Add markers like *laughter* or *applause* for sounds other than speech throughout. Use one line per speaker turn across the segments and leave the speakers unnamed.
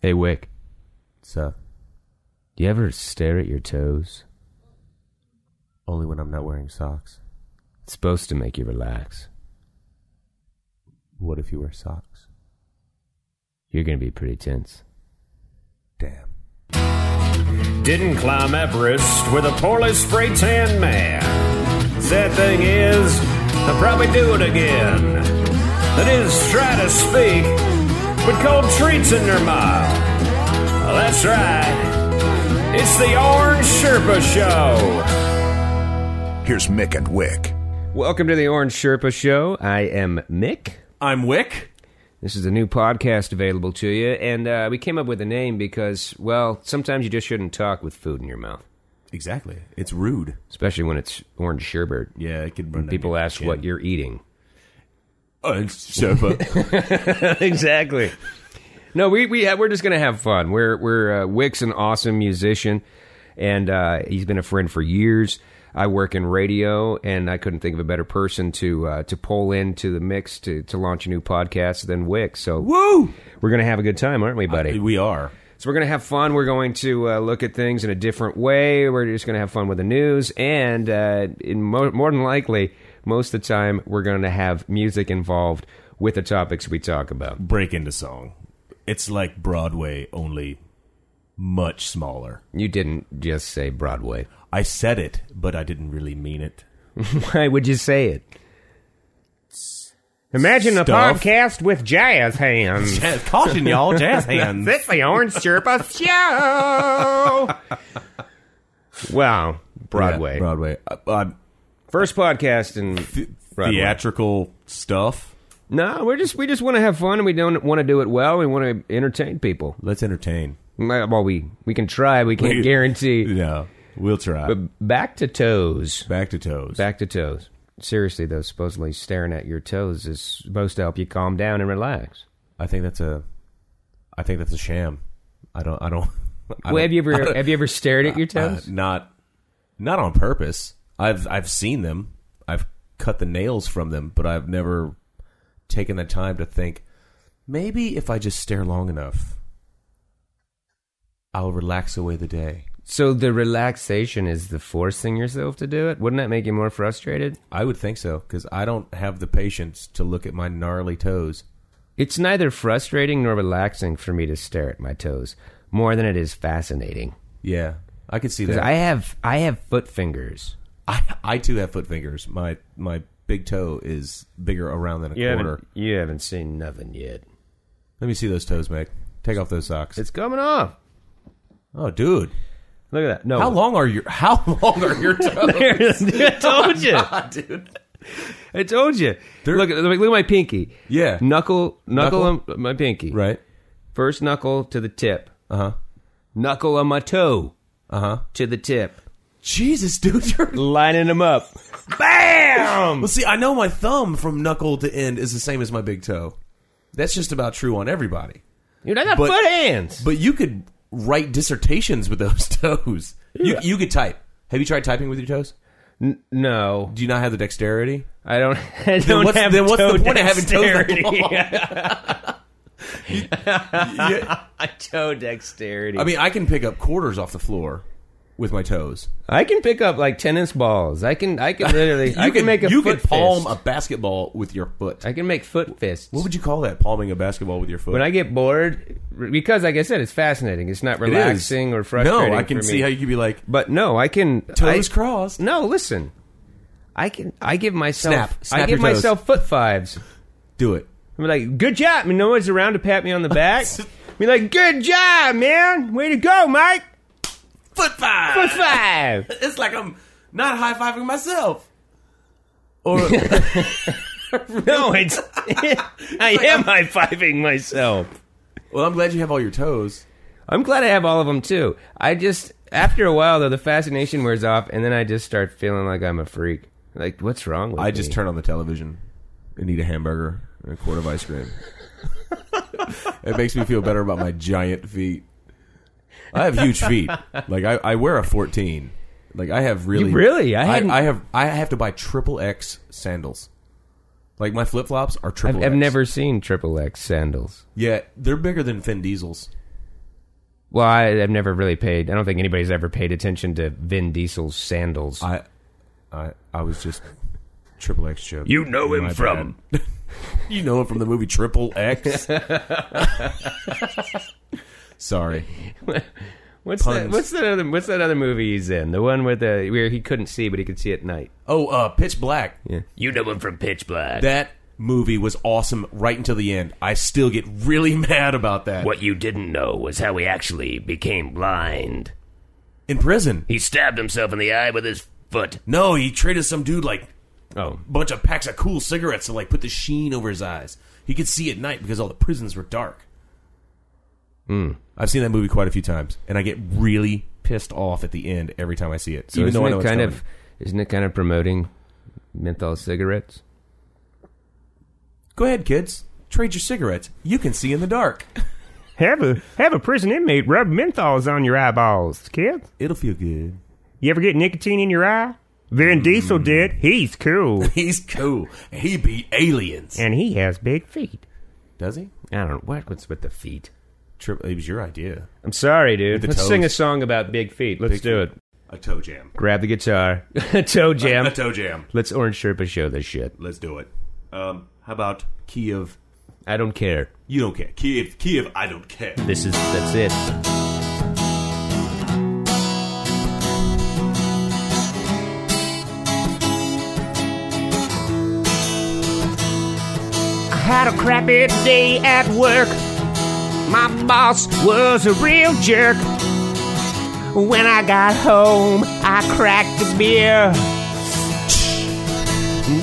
Hey, Wick,
So
do you ever stare at your toes?
only when I'm not wearing socks.
It's supposed to make you relax.
What if you wear socks?
You're going to be pretty tense.
Damn.
Didn't climb Everest with a poorly spray tan man. Sad thing is, I'll probably do it again. That is, try to speak with cold treats in their mouth. Well, that's right. It's the Orange Sherpa Show.
Here's Mick and Wick.
Welcome to the Orange Sherpa Show. I am Mick.
I'm Wick.
This is a new podcast available to you, and uh, we came up with a name because, well, sometimes you just shouldn't talk with food in your mouth,
Exactly. It's rude.
especially when it's orange sherbet.
Yeah, it could run.
People ask what you're eating. *laughs*
Oh, it's sofa.
exactly. No, we we uh, we're just gonna have fun. We're we're uh, Wick's an awesome musician, and uh, he's been a friend for years. I work in radio, and I couldn't think of a better person to uh, to pull into the mix to to launch a new podcast than Wick. So
Woo!
we're gonna have a good time, aren't we, buddy?
We are.
So we're going to have fun. We're going to uh, look at things in a different way. We're just going to have fun with the news, and uh, in mo- more than likely, most of the time, we're going to have music involved with the topics we talk about.
Break into song. It's like Broadway, only much smaller.
You didn't just say Broadway. *laughs*
I said it, but I didn't really mean it.
Why would you say it? Imagine a
Stuff.
podcast with jazz
*laughs*
hands.
Jazz, caution,
*laughs*
y'all. Jazz hands.
That's the Orange Sherpa *laughs* show. wow, Broadway.
Yeah, Broadway. Uh, uh,
First podcast in Broadway.
theatrical stuff.
No, we're just we just want to have fun and we don't want to do it well. We want to entertain people.
Let's entertain.
Well, we we can try. We can't guarantee.
No, we'll try.
But back to toes.
Back to toes.
Back to toes. Seriously though, supposedly staring at your toes is supposed to help you calm down and relax.
I think that's a. I think that's a sham. I don't. I don't. *laughs* I
Well, have you
don't-
ever have you ever stared at your
Uh,
toes?
not, not on purpose. I've I've seen them. I've cut the nails from them, but I've never taken the time to think. Maybe if I just stare long enough, I'll relax away the day.
So the relaxation is the forcing yourself to do it. Wouldn't that make you more frustrated?
I would think so because I don't have the patience to look at my gnarly toes.
It's neither frustrating nor relaxing for me to stare at my toes more than it is fascinating.
Yeah, I could see
'Cause
that.
I have I have foot fingers.
I, I too have foot fingers. My my big toe is bigger around than a
You
quarter.
haven't, you haven't seen nothing yet.
Let me see those toes, Meg. Take off those socks.
It's coming off.
oh, dude,
Look at that. No.
how long are your *laughs* how long are your toes?
*laughs* I told
*laughs*
you.
dude.
I told you. Look, at- look, look at my pinky.
Yeah.
Knuckle, knuckle,
Knuckle?
On my pinky.
Right.
First knuckle to the tip.
Uh huh.
Knuckle on my toe
Uh huh.
to the tip.
Jesus, dude. You're...
Lining them up. Bam!
Well, see, I know my thumb from knuckle to end is the same as my big toe. That's just about true on everybody.
Dude, I got
But-
foot hands.
But you could write dissertations with those *laughs* toes. You you could type. Have you tried typing with your toes?
N- no,
Do you not have the dexterity?
I don't. *laughs* I don't
what's-
have
then what's the
toe
point of having toes that
dexterity.
long?
*laughs* toe dexterity.
I mean, I can pick up quarters off the floor with my toes.
I can pick up like tennis balls. I can. I can literally. I can, make a.
*laughs* you
foot
could palm
fist.
a basketball with your foot.
I can make foot fists.
What would you call that? Palming a basketball with your foot?
when I get bored, because like I said, it's fascinating. It's not
It is.
relaxing or frustrating.
No, I can
for
see
me.
how you could be like
But no, I can
toes
I-
crossed.
No, listen. I can. I give myself.
Snap. Snap
I give
your toes.
myself foot fives.
Do it.
I'm like, good job. And no one's around to pat me on the
*laughs*
back. Be like, good job, man. Way to go, Mike.
Foot five.
Foot five.
*laughs* It's like I'm not high fiving myself.
*laughs*
Or
no, it's. *laughs* I am high fiving myself.
well, I'm glad you have all your toes.
I'm glad I have all of them too. I just after a while though the fascination wears off, and then I just start feeling like I'm a freak. Like what's wrong with me?
I just turn on the television and eat a hamburger and a quart of ice
*laughs*
cream. it makes me feel better about my giant feet. I have huge feet. Like I, I wear a 14. Like I have really,
really? I
I,
hadn't-
I, have. I have to buy triple X sandals. Like my flip flops are triple.
I've, I've never seen triple X sandals.
Yeah, they're bigger than Finn Diesel's.
Well, I, I've never really paid. I don't think anybody's ever paid attention to Vin Diesel's sandals.
I, I, I was just Triple X joke.
You know him
My
from.
bad. *laughs* you know him from the movie Triple
*laughs*
X. Sorry,
what's that?
puns.
What's that other? What's that other movie he's in? The one with the where he couldn't see, but he could see at night.
Oh, uh, Pitch Black.
You know him from Pitch Black.
That movie was awesome right until the end. I still get really *laughs* mad about that.
What you didn't know was how he actually became blind.
In prison.
He stabbed himself in the eye with his foot.
No, he traded some dude like
Oh,
a bunch of packs of cool cigarettes to like put the sheen over his eyes. He could see at night because all the prisons were dark. I've seen that movie quite a few times, and I get really pissed off at the end every time I see it. So
so
even
isn't
though I know
it
it's
kind
coming.
of isn't it kind of promoting menthol cigarettes?
go ahead, kids, trade your cigarettes. You can see in the dark.
Have a have a prison inmate rub menthols on your eyeballs, kids.
It'll feel good. *laughs*
You ever get nicotine in your eye? Vin
Mm.
Diesel did. He's cool,
He's cool. He beat aliens.
and he has big feet.
Does he?
I don't. What, what's with the feet?
Trip, it was your idea.
I'm sorry, dude.
the
Let's
toes.
sing a song about big feet. Let's
Big
do
feet.
it.
A toe jam.
Grab the guitar, *laughs* toe jam.
A toe jam.
*laughs* Let's Orange Sherpa show this shit.
Let's do it. Um, how about Kiev?
I don't care.
You don't care. Kiev, Kiev, I don't care.
This is that's it.
I had a crappy day at work. My boss was a real jerk. When I got home, I cracked a beer.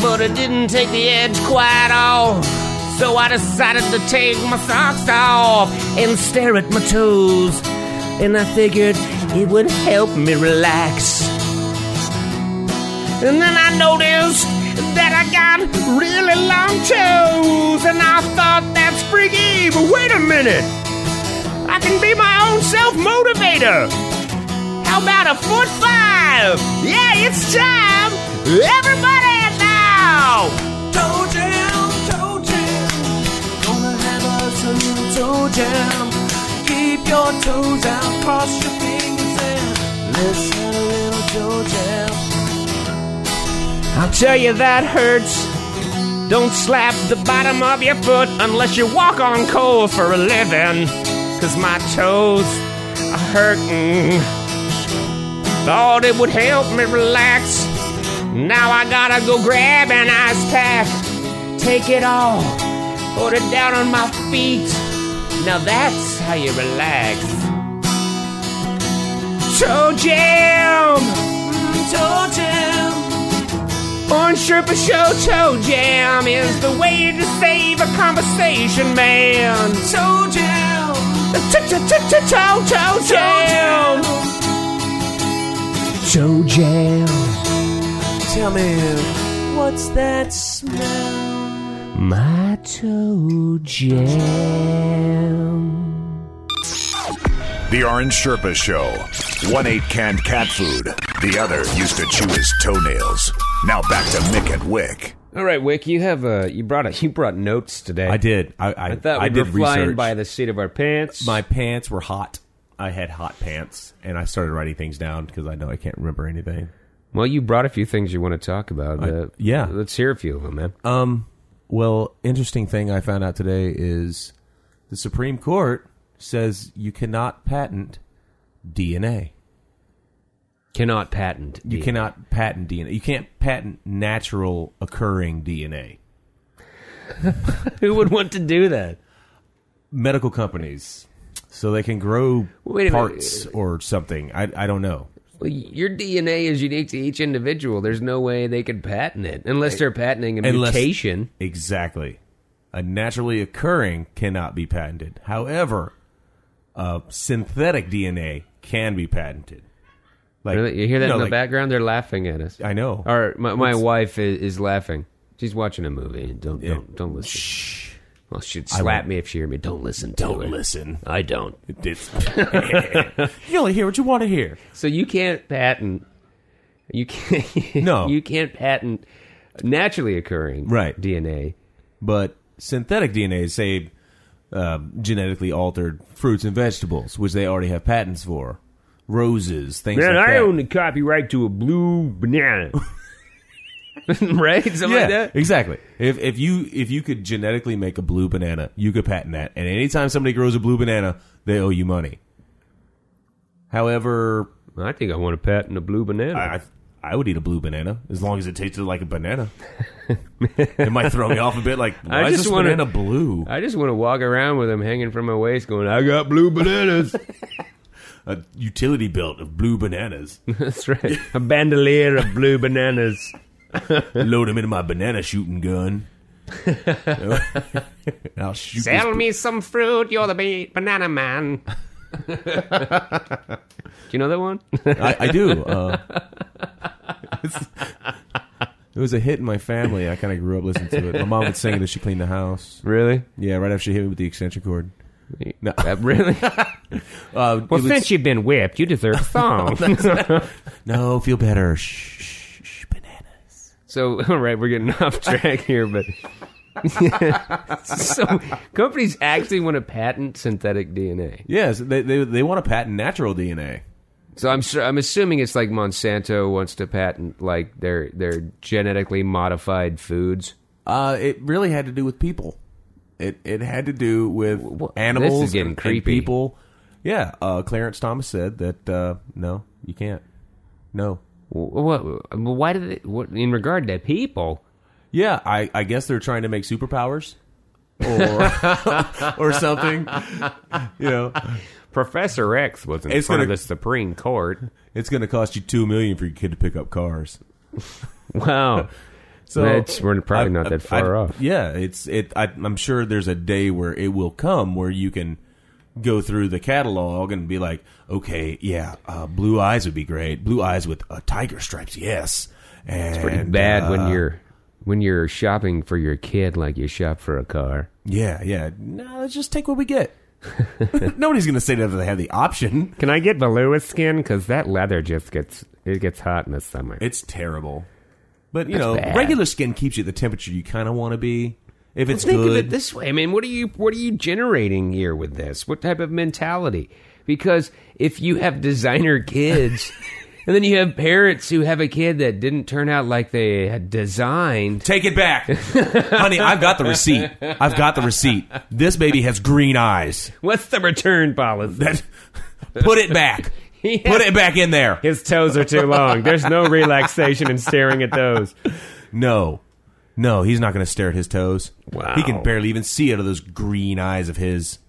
But it didn't take the edge quite off. So I decided to take my socks off and stare at my toes. And I figured it would help me relax. And then I noticed that I got really long toes, and I thought that's freaky, but wait a minute. I can be my own self motivator. How about a foot five? Yeah, it's time. Everybody now.
Toe jam, toe jam. Gonna have us a little toe jam. Keep your toes out, cross your fingers and listen a little toe jam.
I'll tell you that hurts. Don't slap the bottom of your foot unless you walk on coal for a living. Cause my toes are hurting. Thought it would help me relax. Now I gotta go grab an ice pack. Take it all, put it down on my feet. Now that's how you relax. Toe jam!
Toe jam,
On Sherpa Show Toe Jam is the way to save a conversation, man.
toe jam,
Toe Toe
toe jam.
Jam. Toe Jam.
Tell me, what's that smell?
My Toe Jam.
The Orange Sherpa Show. One ate canned cat food. The other used to chew his toenails. Now back to Mick and Wick.
All right, Wick. You have a you brought a you brought notes today.
I did. I, I,
I thought we
I
were
did
flying
research.
by the seat of our pants.
My pants were hot. I had hot pants, and I started writing things down because I know I can't remember anything.
well, you brought a few things you want to talk about. uh,
yeah.
let's hear a few of them, man.
Um, well, interesting thing I found out today is the Supreme Court says you cannot patent DNA.
Cannot patent.
You
the-
cannot patent DNA. You can't patent natural occurring DNA.
Who would want to do that?
Medical companies, so they can grow
Wait a minute.
parts or something. I I don't know.
Well, your DNA is unique to each individual. There's no way they could patent it unless they're patenting a
Unless-
mutation.
Exactly. A naturally occurring cannot be patented. However, uh, synthetic DNA can be patented. Like
Really? You hear that
know,
in the
like-
background? They're laughing at us.
I know.
Or my, my wife is, is laughing. She's watching a movie. Don't don't don't listen.
Shh.
Well, she'd slap me if she heard me. Don't listen. To her.
Don't listen.
I don't.
It's- *laughs* you only hear what you want to hear.
So you can't patent. You can't.
No.
*laughs* You can't patent naturally occurring
Right.
DNA.
But synthetic DNA, say um, genetically altered fruits and vegetables, which they already have patents for, roses, things
Man,
like
I
that.
own the copyright to a blue banana. *laughs* right? Something like that?
exactly. If if you if you could genetically make a blue banana, you could patent that. And anytime somebody grows a blue banana, they owe you money. However,
I think I want a patent a blue banana.
I I would eat a blue banana as long as it tasted like
*laughs*
a banana. it might throw me off a bit. Like why
I
is
just
this
wanna-
banana blue?
I just want to walk around with them hanging from my waist going, I got blue bananas.
A utility belt of blue bananas.
*laughs* That's right. *laughs* A bandolier of blue bananas.
Load them into my banana shooting *laughs* gun. I'll shoot. this-
Sell me some fruit, you're the ba-
*laughs*
banana man.
Do you know that one?
I, I do. Uh, it's- *laughs* it was a hit in my family. I kind of grew up listening to it. My mom would sing it as she cleaned the house.
really?
Yeah, right after she hit me with the extension cord. No.
*laughs* Uh, really?
Uh, it
Well,
was-
since you've been whipped, you deserve a *laughs* thong.
no, feel better. Shh, shh, shh, banana.
So, *laughs* all right, we're getting off track here, but *laughs* so companies actually want to patent synthetic DNA.
Yes, they, they they want to patent natural DNA.
So I'm sure, I'm assuming it's like Monsanto wants to patent like their their genetically modified foods.
Uh, it really had to do with people. It it had to do with
wha-
animals
this is getting
and, and
creepy.
people. Yeah, uh, Clarence Thomas said that uh, no, you can't. No,
Wh- What? Why did they? What in regard to people?
Yeah, I, I guess they're trying to make superpowers or or *laughs* something. You know,
Professor X was in
It's
front
gonna-
of the Supreme
*laughs*
Court.
it's going to cost you 2 million for your kid to pick up cars.
Wow.
*laughs* So
That's- we're probably
I-
not
I-
that far
I-
off.
Yeah, it's it I, I'm sure there's a day where it will come where you can go through the catalog and be like, "Okay, yeah, uh, blue eyes would be great. Blue eyes with uh, tiger stripes. Yes." And uh, it's
Pretty bad when you're when you're shopping for your kid like you shop for a car.
Yeah, yeah. No, let's just take what
*laughs*
we get. Nobody's going to say that if they have the option.
Can I get Valua's skin? Because that leather just gets, it gets hot in the summer.
It's terrible. But you know,
bad.
regular skin keeps you at the temperature you kind of want to be. If it's
think of
good,
it this way. I mean, what are you what are you generating here with this? What type of mentality? Because if you have designer *laughs* kids and then you have parents who have a kid that didn't turn out like they had designed,
take
*laughs*
it back, honey. I've got the receipt. I've got the receipt. This baby has green eyes.
what's the return policy? *laughs*
That put it *laughs* back. Put it back in there.
His toes are too long. There's no relaxation in staring at those.
No, no, he's not going to stare at his toes.
Wow.
He can barely even see out of those green eyes of his.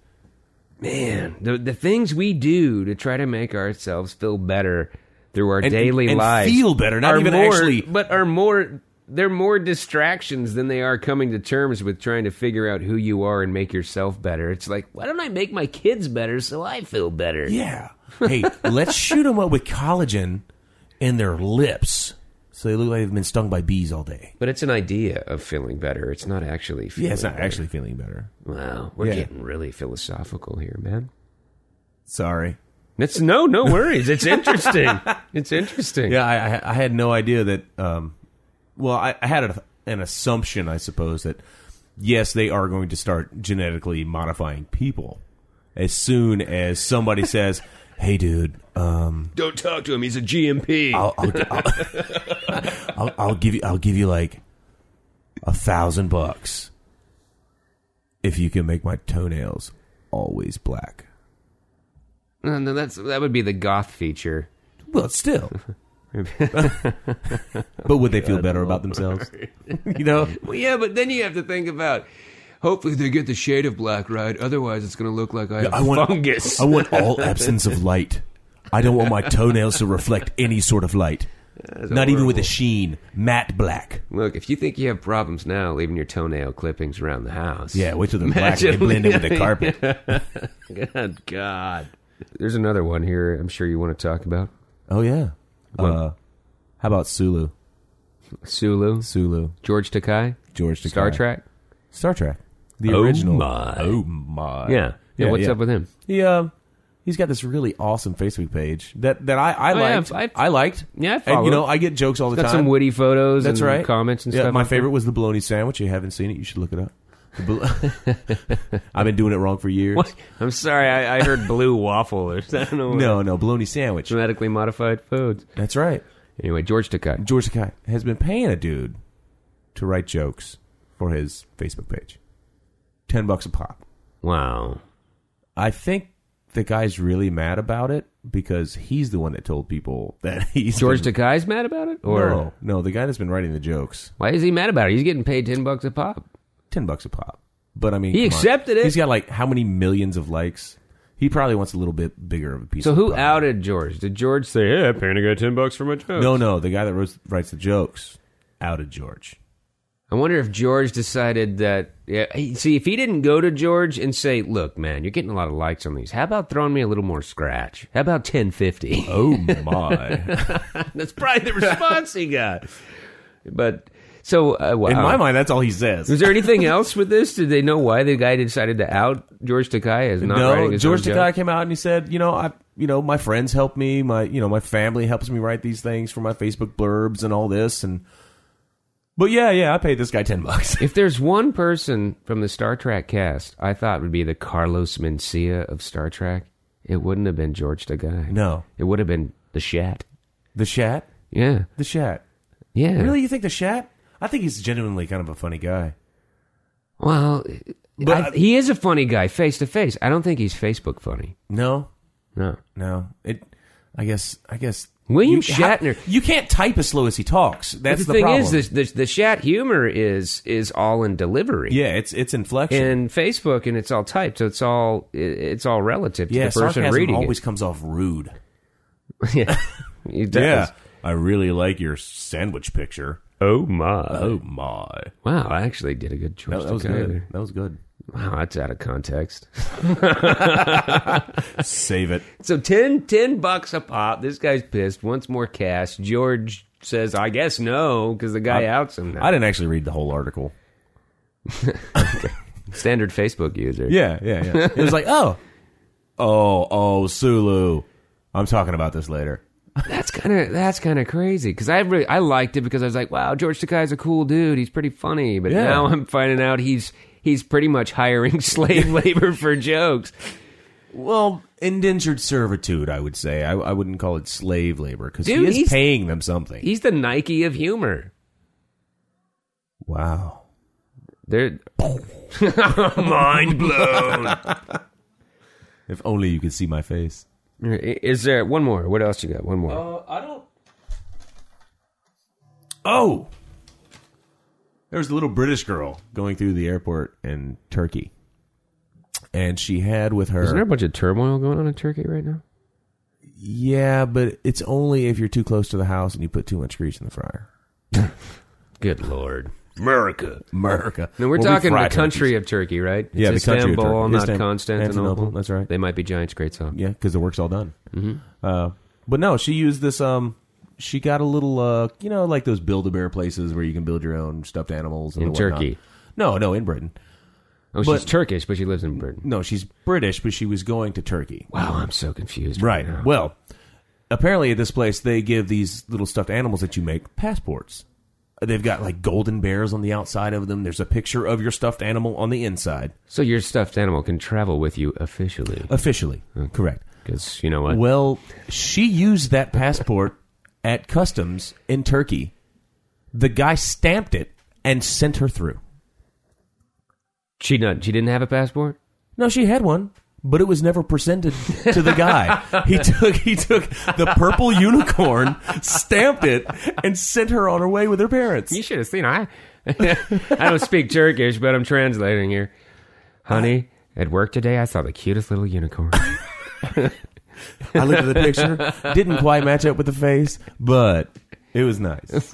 Man, the the things we do to try to make ourselves feel better through our
And-
daily
and
lives
feel better, not
are
even
more-
actually-
but are more they're more distractions than they are coming to terms with trying to figure out who you are and make yourself better. It's like, why don't I make my kids better so I feel better?
Yeah. *laughs* Hey, let's shoot them up with collagen in their lips, so they look like they've been stung by bees all day.
But it's an idea of feeling better. It's not actually feeling
Yeah, it's not
better.
actually feeling better.
Wow, we're
Yeah.
getting really philosophical here, man.
Sorry.
It's no, no worries. *laughs* It's interesting. it's interesting.
Yeah, I, I- I had no idea that. Um, well, I, I had a, an assumption, I suppose, that yes, they are going to start genetically modifying people as soon as somebody says, "Hey, dude, um,
Don't talk to him. He's a GMP.
I'll, I'll, I'll, I'll, *laughs* I'll give you, I'll give you like a thousand bucks if you can make my toenails always black."
No, no, that's that would be the goth feature.
Well, still. but would they feel better about themselves? *laughs* you know,
Well, yeah, but then you have to think about. Hopefully, they get the shade of black right. Otherwise, it's going to look like I have
I want-
fungus.
I want all absence of light. I don't
*laughs*
want my toenails to reflect any sort of light. Not even with a sheen, matte black.
Look, if you think you have problems now, leaving your toenail clippings around the house.
Yeah, wait till they're black and they blend in with
*laughs*
the carpet.
Good God. There's another one here. I'm sure you want to talk about
Oh yeah. Uh, how about Sulu?
Sulu,
Sulu,
George Takai,
George Takei.
Star Trek.
Star Trek, the original.
my.
Oh my.
Yeah. yeah. what's
yeah.
up with him?
He uh, he's got this really awesome Facebook page that that I I
Oh, yeah,
liked.
I've-
I liked.
Yeah, I
and
follow.
you know I get jokes all the
Got
time.
some witty photos
That's
and
right.
comments and
yeah,
stuff.
My
like that.
favorite was the bologna sandwich. If you haven't seen it, you should look it up. The bal- *laughs* I've been doing it wrong for years.
What? I'm sorry, I, I heard blue waffle or something. *laughs*
No, no, bologna sandwich.
Genetically modified foods.
That's right.
Anyway, George Takai.
George Sakai has been paying a dude to write jokes for his Facebook page. Ten bucks a pop.
Wow.
I think the guy's really mad about it because he's the one that told people that *laughs* he's
George
been,
Takai's mad about it? Or
no, no, the guy that's been writing the jokes,
why is he mad about it? He's getting paid ten bucks a pop.
ten bucks a pop. But I mean,
He
come on.
accepted it.
He's got like how many millions of likes? He probably wants a little bit bigger of a piece.
So
of the
who
pie.
outed George? Did George say, Hey, I paid a guy ten bucks for my joke?
No, no, the guy that wrote, writes the jokes outed George.
I wonder if George decided that. Yeah, he- see, if he didn't go to George and say, "Look, man, you're getting a lot of likes on these. How about throwing me a little more scratch? How about ten fifty?
*laughs* Oh my!
*laughs* That's probably the response he got. But so, uh, wow.
In my mind, that's all he says.
was there anything else with this? Did they know why the guy decided to out George Takai as not writing
no,
his
George
own
Takai
joke?
came out and he said, you know, I, you know, my friends help me, my, you know, my family helps me write these things for my Facebook blurbs and all this, and, but yeah, yeah, I paid this guy ten bucks. *laughs*
If there's one person from the Star Trek cast I thought would be the Carlos Mencia of Star Trek, it wouldn't have been George Takai.
no,
It would have been the Shat.
the Shat,
Yeah.
the Shat.
Yeah.
Really, you think the Shat? I think he's genuinely kind of a funny guy.
Well,
But-
I- he is a funny guy face to face. I don't think he's Facebook funny.
No,
No.
no, it. I guess, I guess.
William
you- how-
Shatner-
you can't type as slow as he talks.
But
That's
the, thing
problem.
is, the, the the chat humor is is all in delivery.
yeah, it's it's inflection.
And Facebook, and it's all typed, so it's all it, it's all relative to
yeah,
the person
sarcasm
reading
always comes off rude.
it. *laughs* yeah.
*laughs*
It does.
I really like your sandwich picture.
Oh my!
Oh my!
Wow, I actually did a good choice.
That, that was
to go
good.
there.
That was good.
Wow, that's out of context. *laughs*
Save it.
So 10, 10 bucks a pop. This guy's pissed. Wants more cash. George says, "I guess no," because the guy outs him. Now.
*laughs* I didn't actually read the whole article.
Standard Facebook user.
Yeah, yeah, yeah. *laughs* it was like, oh, oh, oh, Sulu. I'm talking about this later.
That's kind of that's kind of crazy because I really I liked it because I was like, wow, George Takai's a cool dude. He's pretty funny, but
Yeah.
now I'm finding out he's he's pretty much hiring *laughs* slave labor for jokes.
Well, indentured servitude, I would say. I, I wouldn't call it slave labor because he
Dude,
is
he's-
paying them something.
He's the Nike of humor.
wow.
They're mind blown.
If only you could see my face.
Is there one more? What else you got? One more.
Uh, I don't. Oh, there was a little British girl going through the airport in Turkey, and she had with her.
Isn't there a bunch of turmoil going on in Turkey right now?
yeah, but it's only if you're too close to the house and you put too much grease in the fryer.
Good lord.
America.
America.
No, we're
Well, we
talking
fry
the country
turkeys.
of Turkey, right? It's
Yeah, the country of
Istanbul,
Turkey.
not
Istan-
Constantinople.
Constantinople, that's right.
They might be giants. Great song.
Yeah, because the work's all done.
Mm-hmm.
Uh, but no, she used this. Um, she got a little, uh, you know, like those build a bear places where you can build your own stuffed animals and
In
whatnot.
Turkey.
No, no, in Britain.
Oh, she's
But-
Turkish, but she lives in Britain.
No, she's British, but she was going to Turkey.
Wow, I'm so confused.
Right.
now.
Well, apparently at this place they give these little stuffed animals that you make passports. They've got like golden bears on the outside of them. There's a picture of your stuffed animal on the inside.
So your stuffed animal can travel with you officially.
Officially, correct.
Because you know what?
Well, she used that passport at customs in Turkey. The guy stamped it and sent her through.
she not she didn't have a passport?
No, she had one, but it was never presented to the guy. he took he took the purple unicorn, stamped it, and sent her on her way with her parents.
You should have seen I *laughs* I don't speak Turkish, but I'm translating here. Honey, at work today I saw the cutest little unicorn. *laughs*
I looked at the picture, didn't quite match up with the face, but it was nice.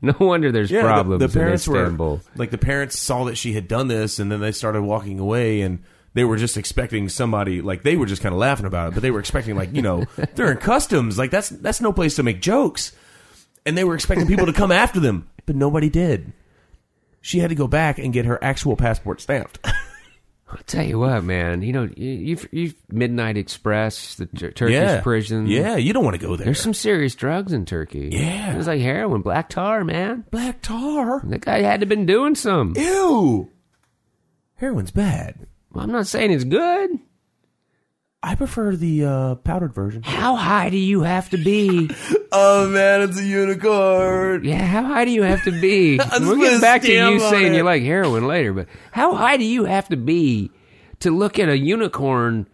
no wonder there's
Yeah, the-
problems
the, parents
in Istanbul.
were like the parents saw that she had done this, and then they started walking away, and they were just expecting somebody like they were just kind of laughing about it, but they were expecting like
*laughs*
you know they're in customs, like that's that's no place to make jokes, and they were expecting people to come after them, but nobody did. She had to go back and get her actual passport stamped.
I'll tell you what, man. You know, you, you've, you've Midnight Express, the tur- *laughs* Turkish
yeah,
prison.
Yeah, you don't want to go there.
There's some serious drugs in Turkey.
Yeah.
It was like heroin, black tar, man.
black tar.
That guy had to been doing some.
Ew. Heroin's bad.
Well, I'm not saying it's good.
I prefer the uh, powdered version.
How high do you have to be?
*laughs* Oh man, it's a unicorn.
Yeah, how high do you have to
*laughs*
be?
I'm
We'll
just
get
gonna
back to
stand
you
on
saying
it.
you like heroin later, but how high do you have to be to look at a unicorn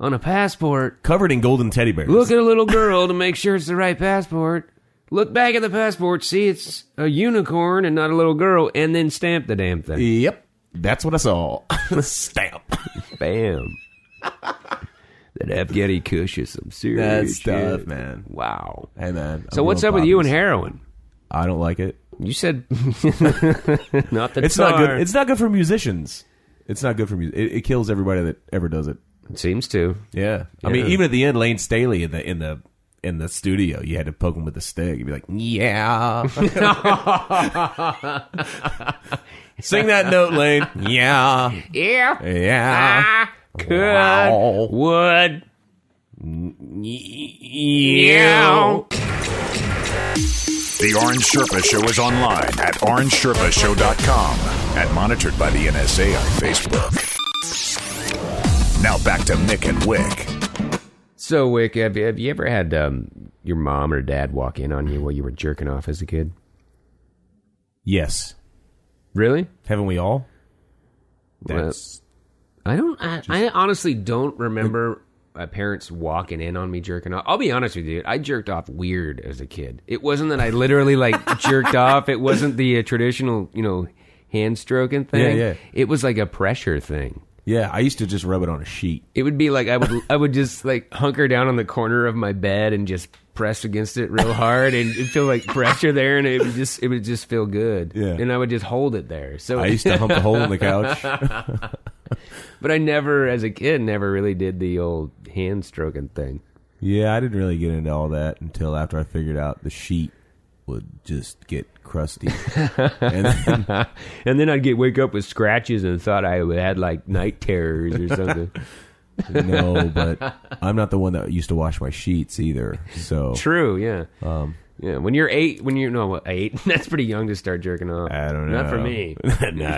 on a passport?
Covered in golden teddy bears.
Look at a little girl to make sure it's the right passport. Look back at the passport, see it's a unicorn and not a little girl, and then stamp the damn thing.
Yep. That's what
*laughs*
I saw. *laughs* Stamp. *laughs*
Bam. that Afghani Kush is some serious shit.
man.
Wow.
Hey man.
So
I'm
what's up
going
with you and
Bobby's.
heroin?
I don't like it.
You said *laughs* not the
It's not
tar.
good. It's not good for musicians. It's not good for music. It, it kills everybody that ever does it.
It seems to.
Yeah. I mean, even at the end, Lane Staley in the in the in the studio, you had to poke him with a stick. You'd be like, "Yeah, *laughs* sing that note, Lane. Yeah,
Yeah.
yeah,
Could
Wow.
would
yeah."
The Orange Sherpa Show is online at orangesherpashow.com and monitored by the NSA on Facebook. Now back to Mick and Wick.
So Wick, have you, have you ever had um, your mom or dad walk in on you while you were jerking off as a kid?
Yes,
Really?
haven't we all?
Well,
That's
I don't. I, I honestly don't remember my parents walking in on me jerking off. I'll be honest with you. I jerked off weird as a kid. It wasn't that I literally like
*laughs*
jerked off. It wasn't the uh, traditional, you know, hand stroking thing.
yeah.
It was like a pressure thing.
yeah. I used to just rub it on a sheet.
It would be like I would I would just like hunker down on the corner of my bed and just press against it real hard and it'd feel like pressure there and it would just it would just feel good.
Yeah.
And I would just hold it there. So
I used to hump a hole in the *laughs* couch.
but I never as a kid never really did the old hand stroking thing.
Yeah, I didn't really get into all that until after I figured out the sheet would just get crusty. and then,
And then I'd get wake up with scratches and thought I had like night terrors or
*laughs*
something.
no, *laughs* but I'm not the one that used to wash my sheets either. *laughs* So
True, yeah.
Um,
yeah, when you're eight, when you're no what, eight, *laughs* that's pretty young to start jerking off.
I don't know.
Not for
*laughs*
me.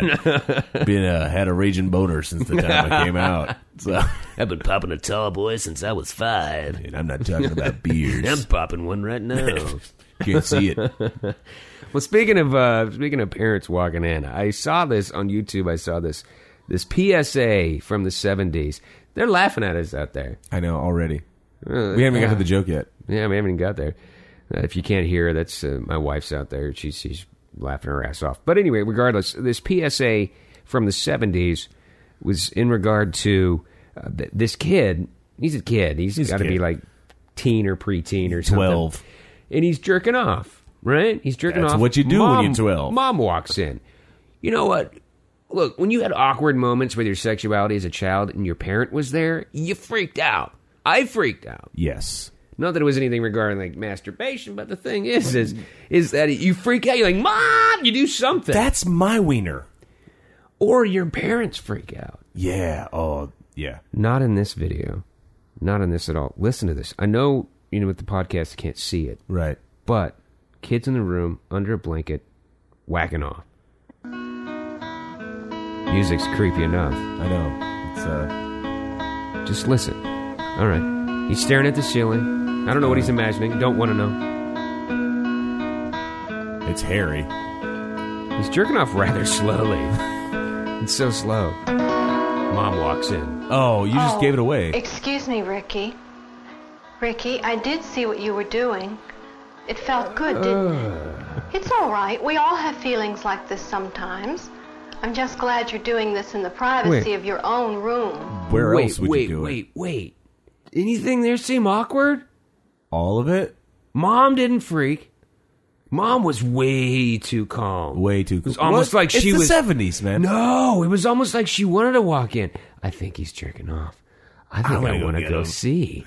Not- been uh, had a raging boner since the time I came *laughs* out. So,
I've been popping a tall boy since I was five.
and I'm not talking *laughs* about beers.
I'm popping one right now.
Can't see it.
Well, speaking of uh, speaking of parents walking in, I saw this on YouTube. I saw this this PSA from the '70s. They're laughing at us out there.
I know already. We haven't even got to the joke yet.
Yeah, we haven't even got there. Uh, if you can't hear, that's uh, my wife's out there. She's she's laughing her ass off. But anyway, regardless, this PSA from the '70s was in regard to uh, th- this kid. He's a kid. he's
He's a
got to be
kid.
like teen or preteen or something.
12.
and he's jerking off. Right? He's jerking
That's
off.
what you do when
Mom-
you're 12.
Mom walks in. You know what? Look, when you had awkward moments with your sexuality as a child and your parent was there, you freaked out. I freaked out.
Yes.
Not that it was anything regarding like masturbation, but the thing is, is is that you freak out. You're like, "Mom, you do something,"
That's my wiener.
or your parents freak out.
Yeah. Oh, yeah.
Not in this video. Not in this at all. Listen to this. I know you know with the podcast you can't see it,
Right.
but kids in the room under a blanket, whacking off. Music's creepy enough.
I know. It's uh,
Just listen. All right, he's staring at the ceiling. I don't know what he's imagining. Don't want to know.
it's hairy.
He's jerking off rather slowly. it's so slow. Mom walks in.
Oh, you just
Oh,
gave it away.
Excuse me, Ricky. Ricky, I did see what you were doing. It felt good, didn't
Uh.
it? It's all right. We all have feelings like this sometimes. I'm just glad you're doing this in the privacy
Wait.
of your own room.
Where
wait,
else would
wait,
you do it?
wait, wait. Anything there seem awkward?
All of it?
Mom didn't freak. Mom was way too calm.
Way too.
It was almost like she
it's
was.
the 70s, man.
No, it was almost like she wanted to walk in. I think he's jerking off. I think
wanna
I
go
want to
get
go,
him.
see.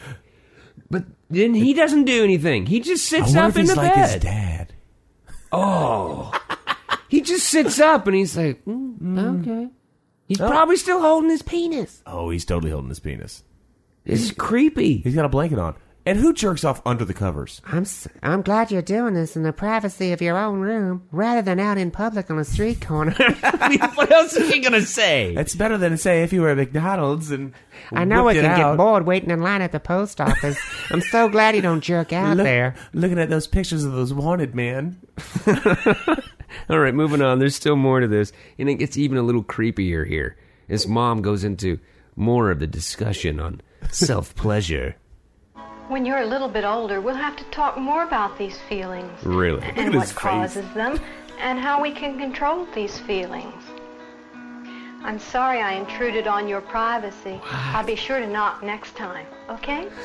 But then he doesn't do anything. He just
I
sits
wonder
up
if
in
he's
the
like
bed.
his dad.
Oh. *laughs* He just sits up and he's like, "Mm, okay. He's probably still holding his penis.
Oh, he's totally holding his penis.
This is creepy. *laughs*
He's got a blanket on. And who jerks off under the covers?
I'm s- I'm glad you're doing this in the privacy of your own room rather than out in public on a street corner.
what else is he gonna say?
That's better than say if you were at McDonald's and
I know I
whipped it
can
out,
get bored waiting in line at the post office. I'm so glad you don't jerk out
look-
there.
Looking at those pictures of those wanted man.
All right, moving on. There's still more to this, and it gets even a little creepier here. His mom goes into more of the discussion on self pleasure.
When you're a little bit older, we'll have to talk more about these feelings.
Really?
and what causes them, and how we can control these feelings. I'm sorry I intruded on your privacy. I'll be sure to knock next time, okay?
*laughs*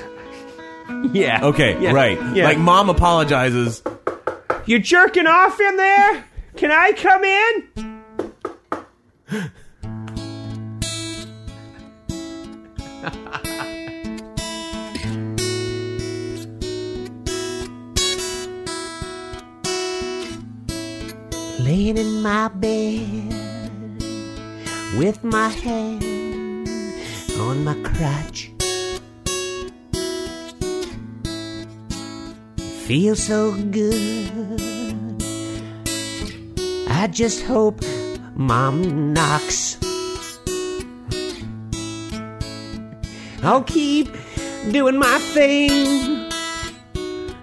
Yeah.
Okay,
Yeah.
right.
Yeah.
Like mom apologizes.
you jerking off in there? Can I come in?
Laying in my bed with my hand on my crotch. Feels so good. I just hope Mom knocks. I'll keep doing my thing.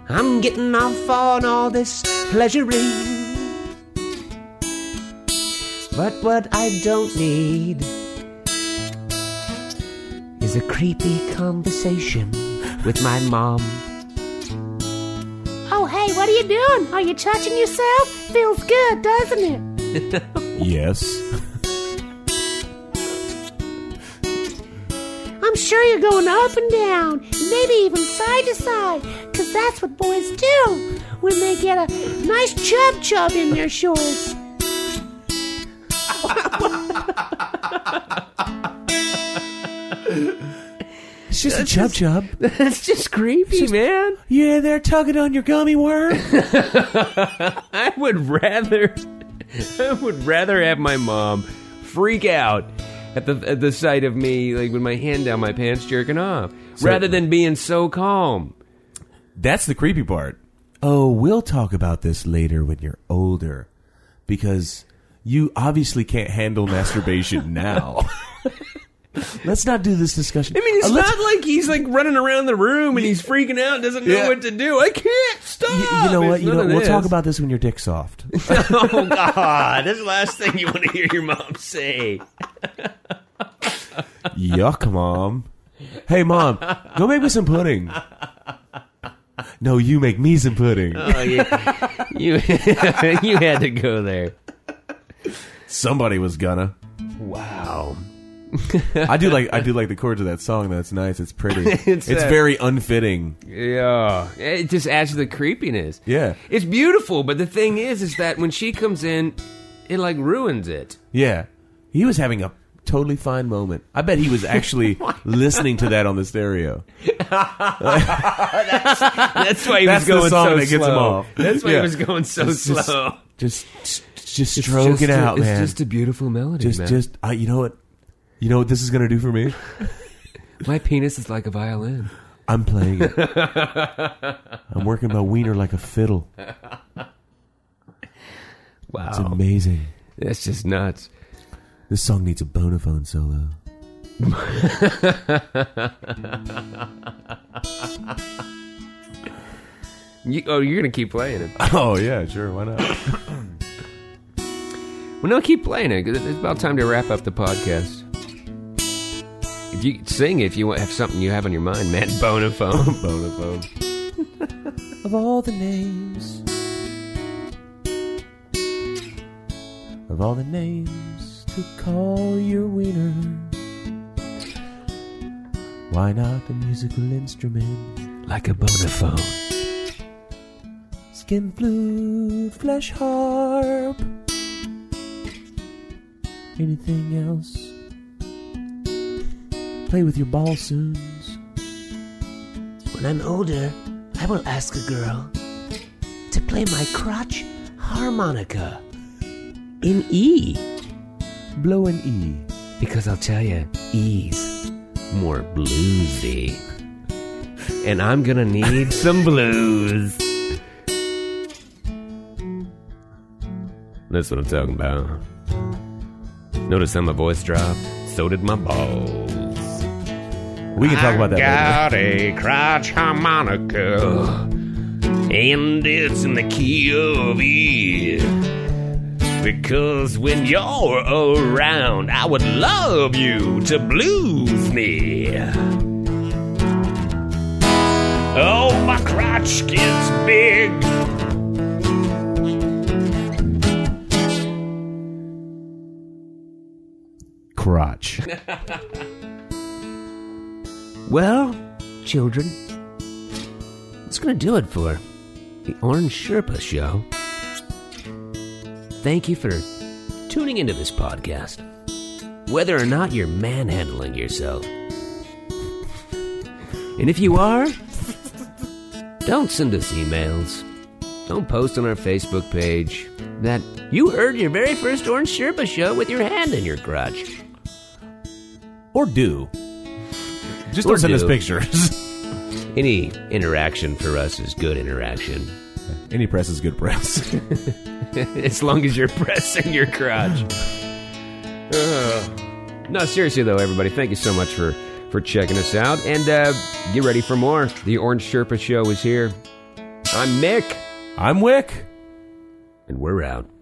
I'm getting off on all this pleasuring. But what I don't need is a creepy conversation with my mom.
Oh, hey, what are you doing? Are you touching yourself? Feels good, doesn't it?
Yes.
I'm sure you're going up and down, and maybe even side to side, 'cause that's what boys do when they get a nice chub chub in their shorts.
It's just a chub chub.
*laughs* That's just creepy, man.
You in there tugging on your gummy
*laughs*
worm?
I would rather *laughs* I would rather have my mom freak out at the at the sight of me like with my hand down my pants jerking off rather than being so calm.
That's the creepy part. Oh, we'll talk about this later when you're older. Because you obviously can't handle masturbation now. Let's not do this discussion.
I mean, it's
Uh, let's-
not like he's like running around the room and he's freaking out, and doesn't know
Yeah.
what to do. I can't stop.
You, you know
It's
what? You
none
know,
of
we'll
this.
talk about this when your dick's soft.
oh God, that's the last thing you want to hear your mom say.
Yuck, mom. Hey, mom, go make me some pudding. No, you make me some pudding.
Oh, yeah. you *laughs* you had to go there.
Somebody was gonna.
Wow.
Oh. I do like I do like the chords of that song. That's nice. It's pretty.
It's,
it's
uh,
very unfitting.
Yeah, it just adds to the creepiness.
Yeah.
it's beautiful, but the thing is, is that when she comes in, it like ruins it.
Yeah. He was having a totally fine moment. I bet *laughs* he was actually listening to that on the stereo.
*laughs* That's why he was
That's
going
the song
so
that gets
slow.
him off.
That's why
Yeah.
he was going so
It's just-
slow.
Just just, just stroke it
a-
out,
it's
man.
just a beautiful melody,
just
man.
just I, you know what you know what this is going to do for me?
My penis is like a violin.
I'm playing *laughs* it. I'm working my wiener like a fiddle.
Wow,
It's amazing.
that's just nuts.
This song needs a bonophone solo.
You, oh, you're gonna keep playing it.
*laughs* Oh yeah, sure, why not?
Well, no, keep playing it. 'cause It's about time to wrap up the podcast. If you sing, if you have something you have on your mind, man, *laughs* bonophone.
bonophone.
Of all the names,
Of all the names to call your wiener, why not a musical instrument?
like a bonophone.
Skin flute, flesh harp. Anything else? Play with your balsoons.
when I'm older, I will ask a girl to play my crotch harmonica in E.
Blow an E.
Because I'll tell you, E's more bluesy. And I'm gonna *laughs* need some blues. That's what I'm talking about. Notice how my voice dropped? So did my balls.
We can talk about that later.
Got a crotch harmonica, and it's in the key of E. Because when you're around, I would love you to blues me. Oh, my crotch gets big.
Crotch.
Well, children, that's going to do it for the Orange Sherpa Show. Thank you for tuning into this podcast. Whether or not you're manhandling yourself. And if you are, don't send us emails. Don't post on our Facebook page that you heard your very first Orange Sherpa show with your hand in your crotch.
Or do. Just
Or
don't send us
do.
pictures. *laughs*
Any interaction for us is good interaction.
Any press is good press. *laughs*
*laughs* as long as you're pressing your crotch. Ugh. No, seriously though, everybody, thank you so much for for checking us out, and uh, get ready for more. The Orange Sherpa Show is here. I'm Mick,
I'm Wick.
and we're out.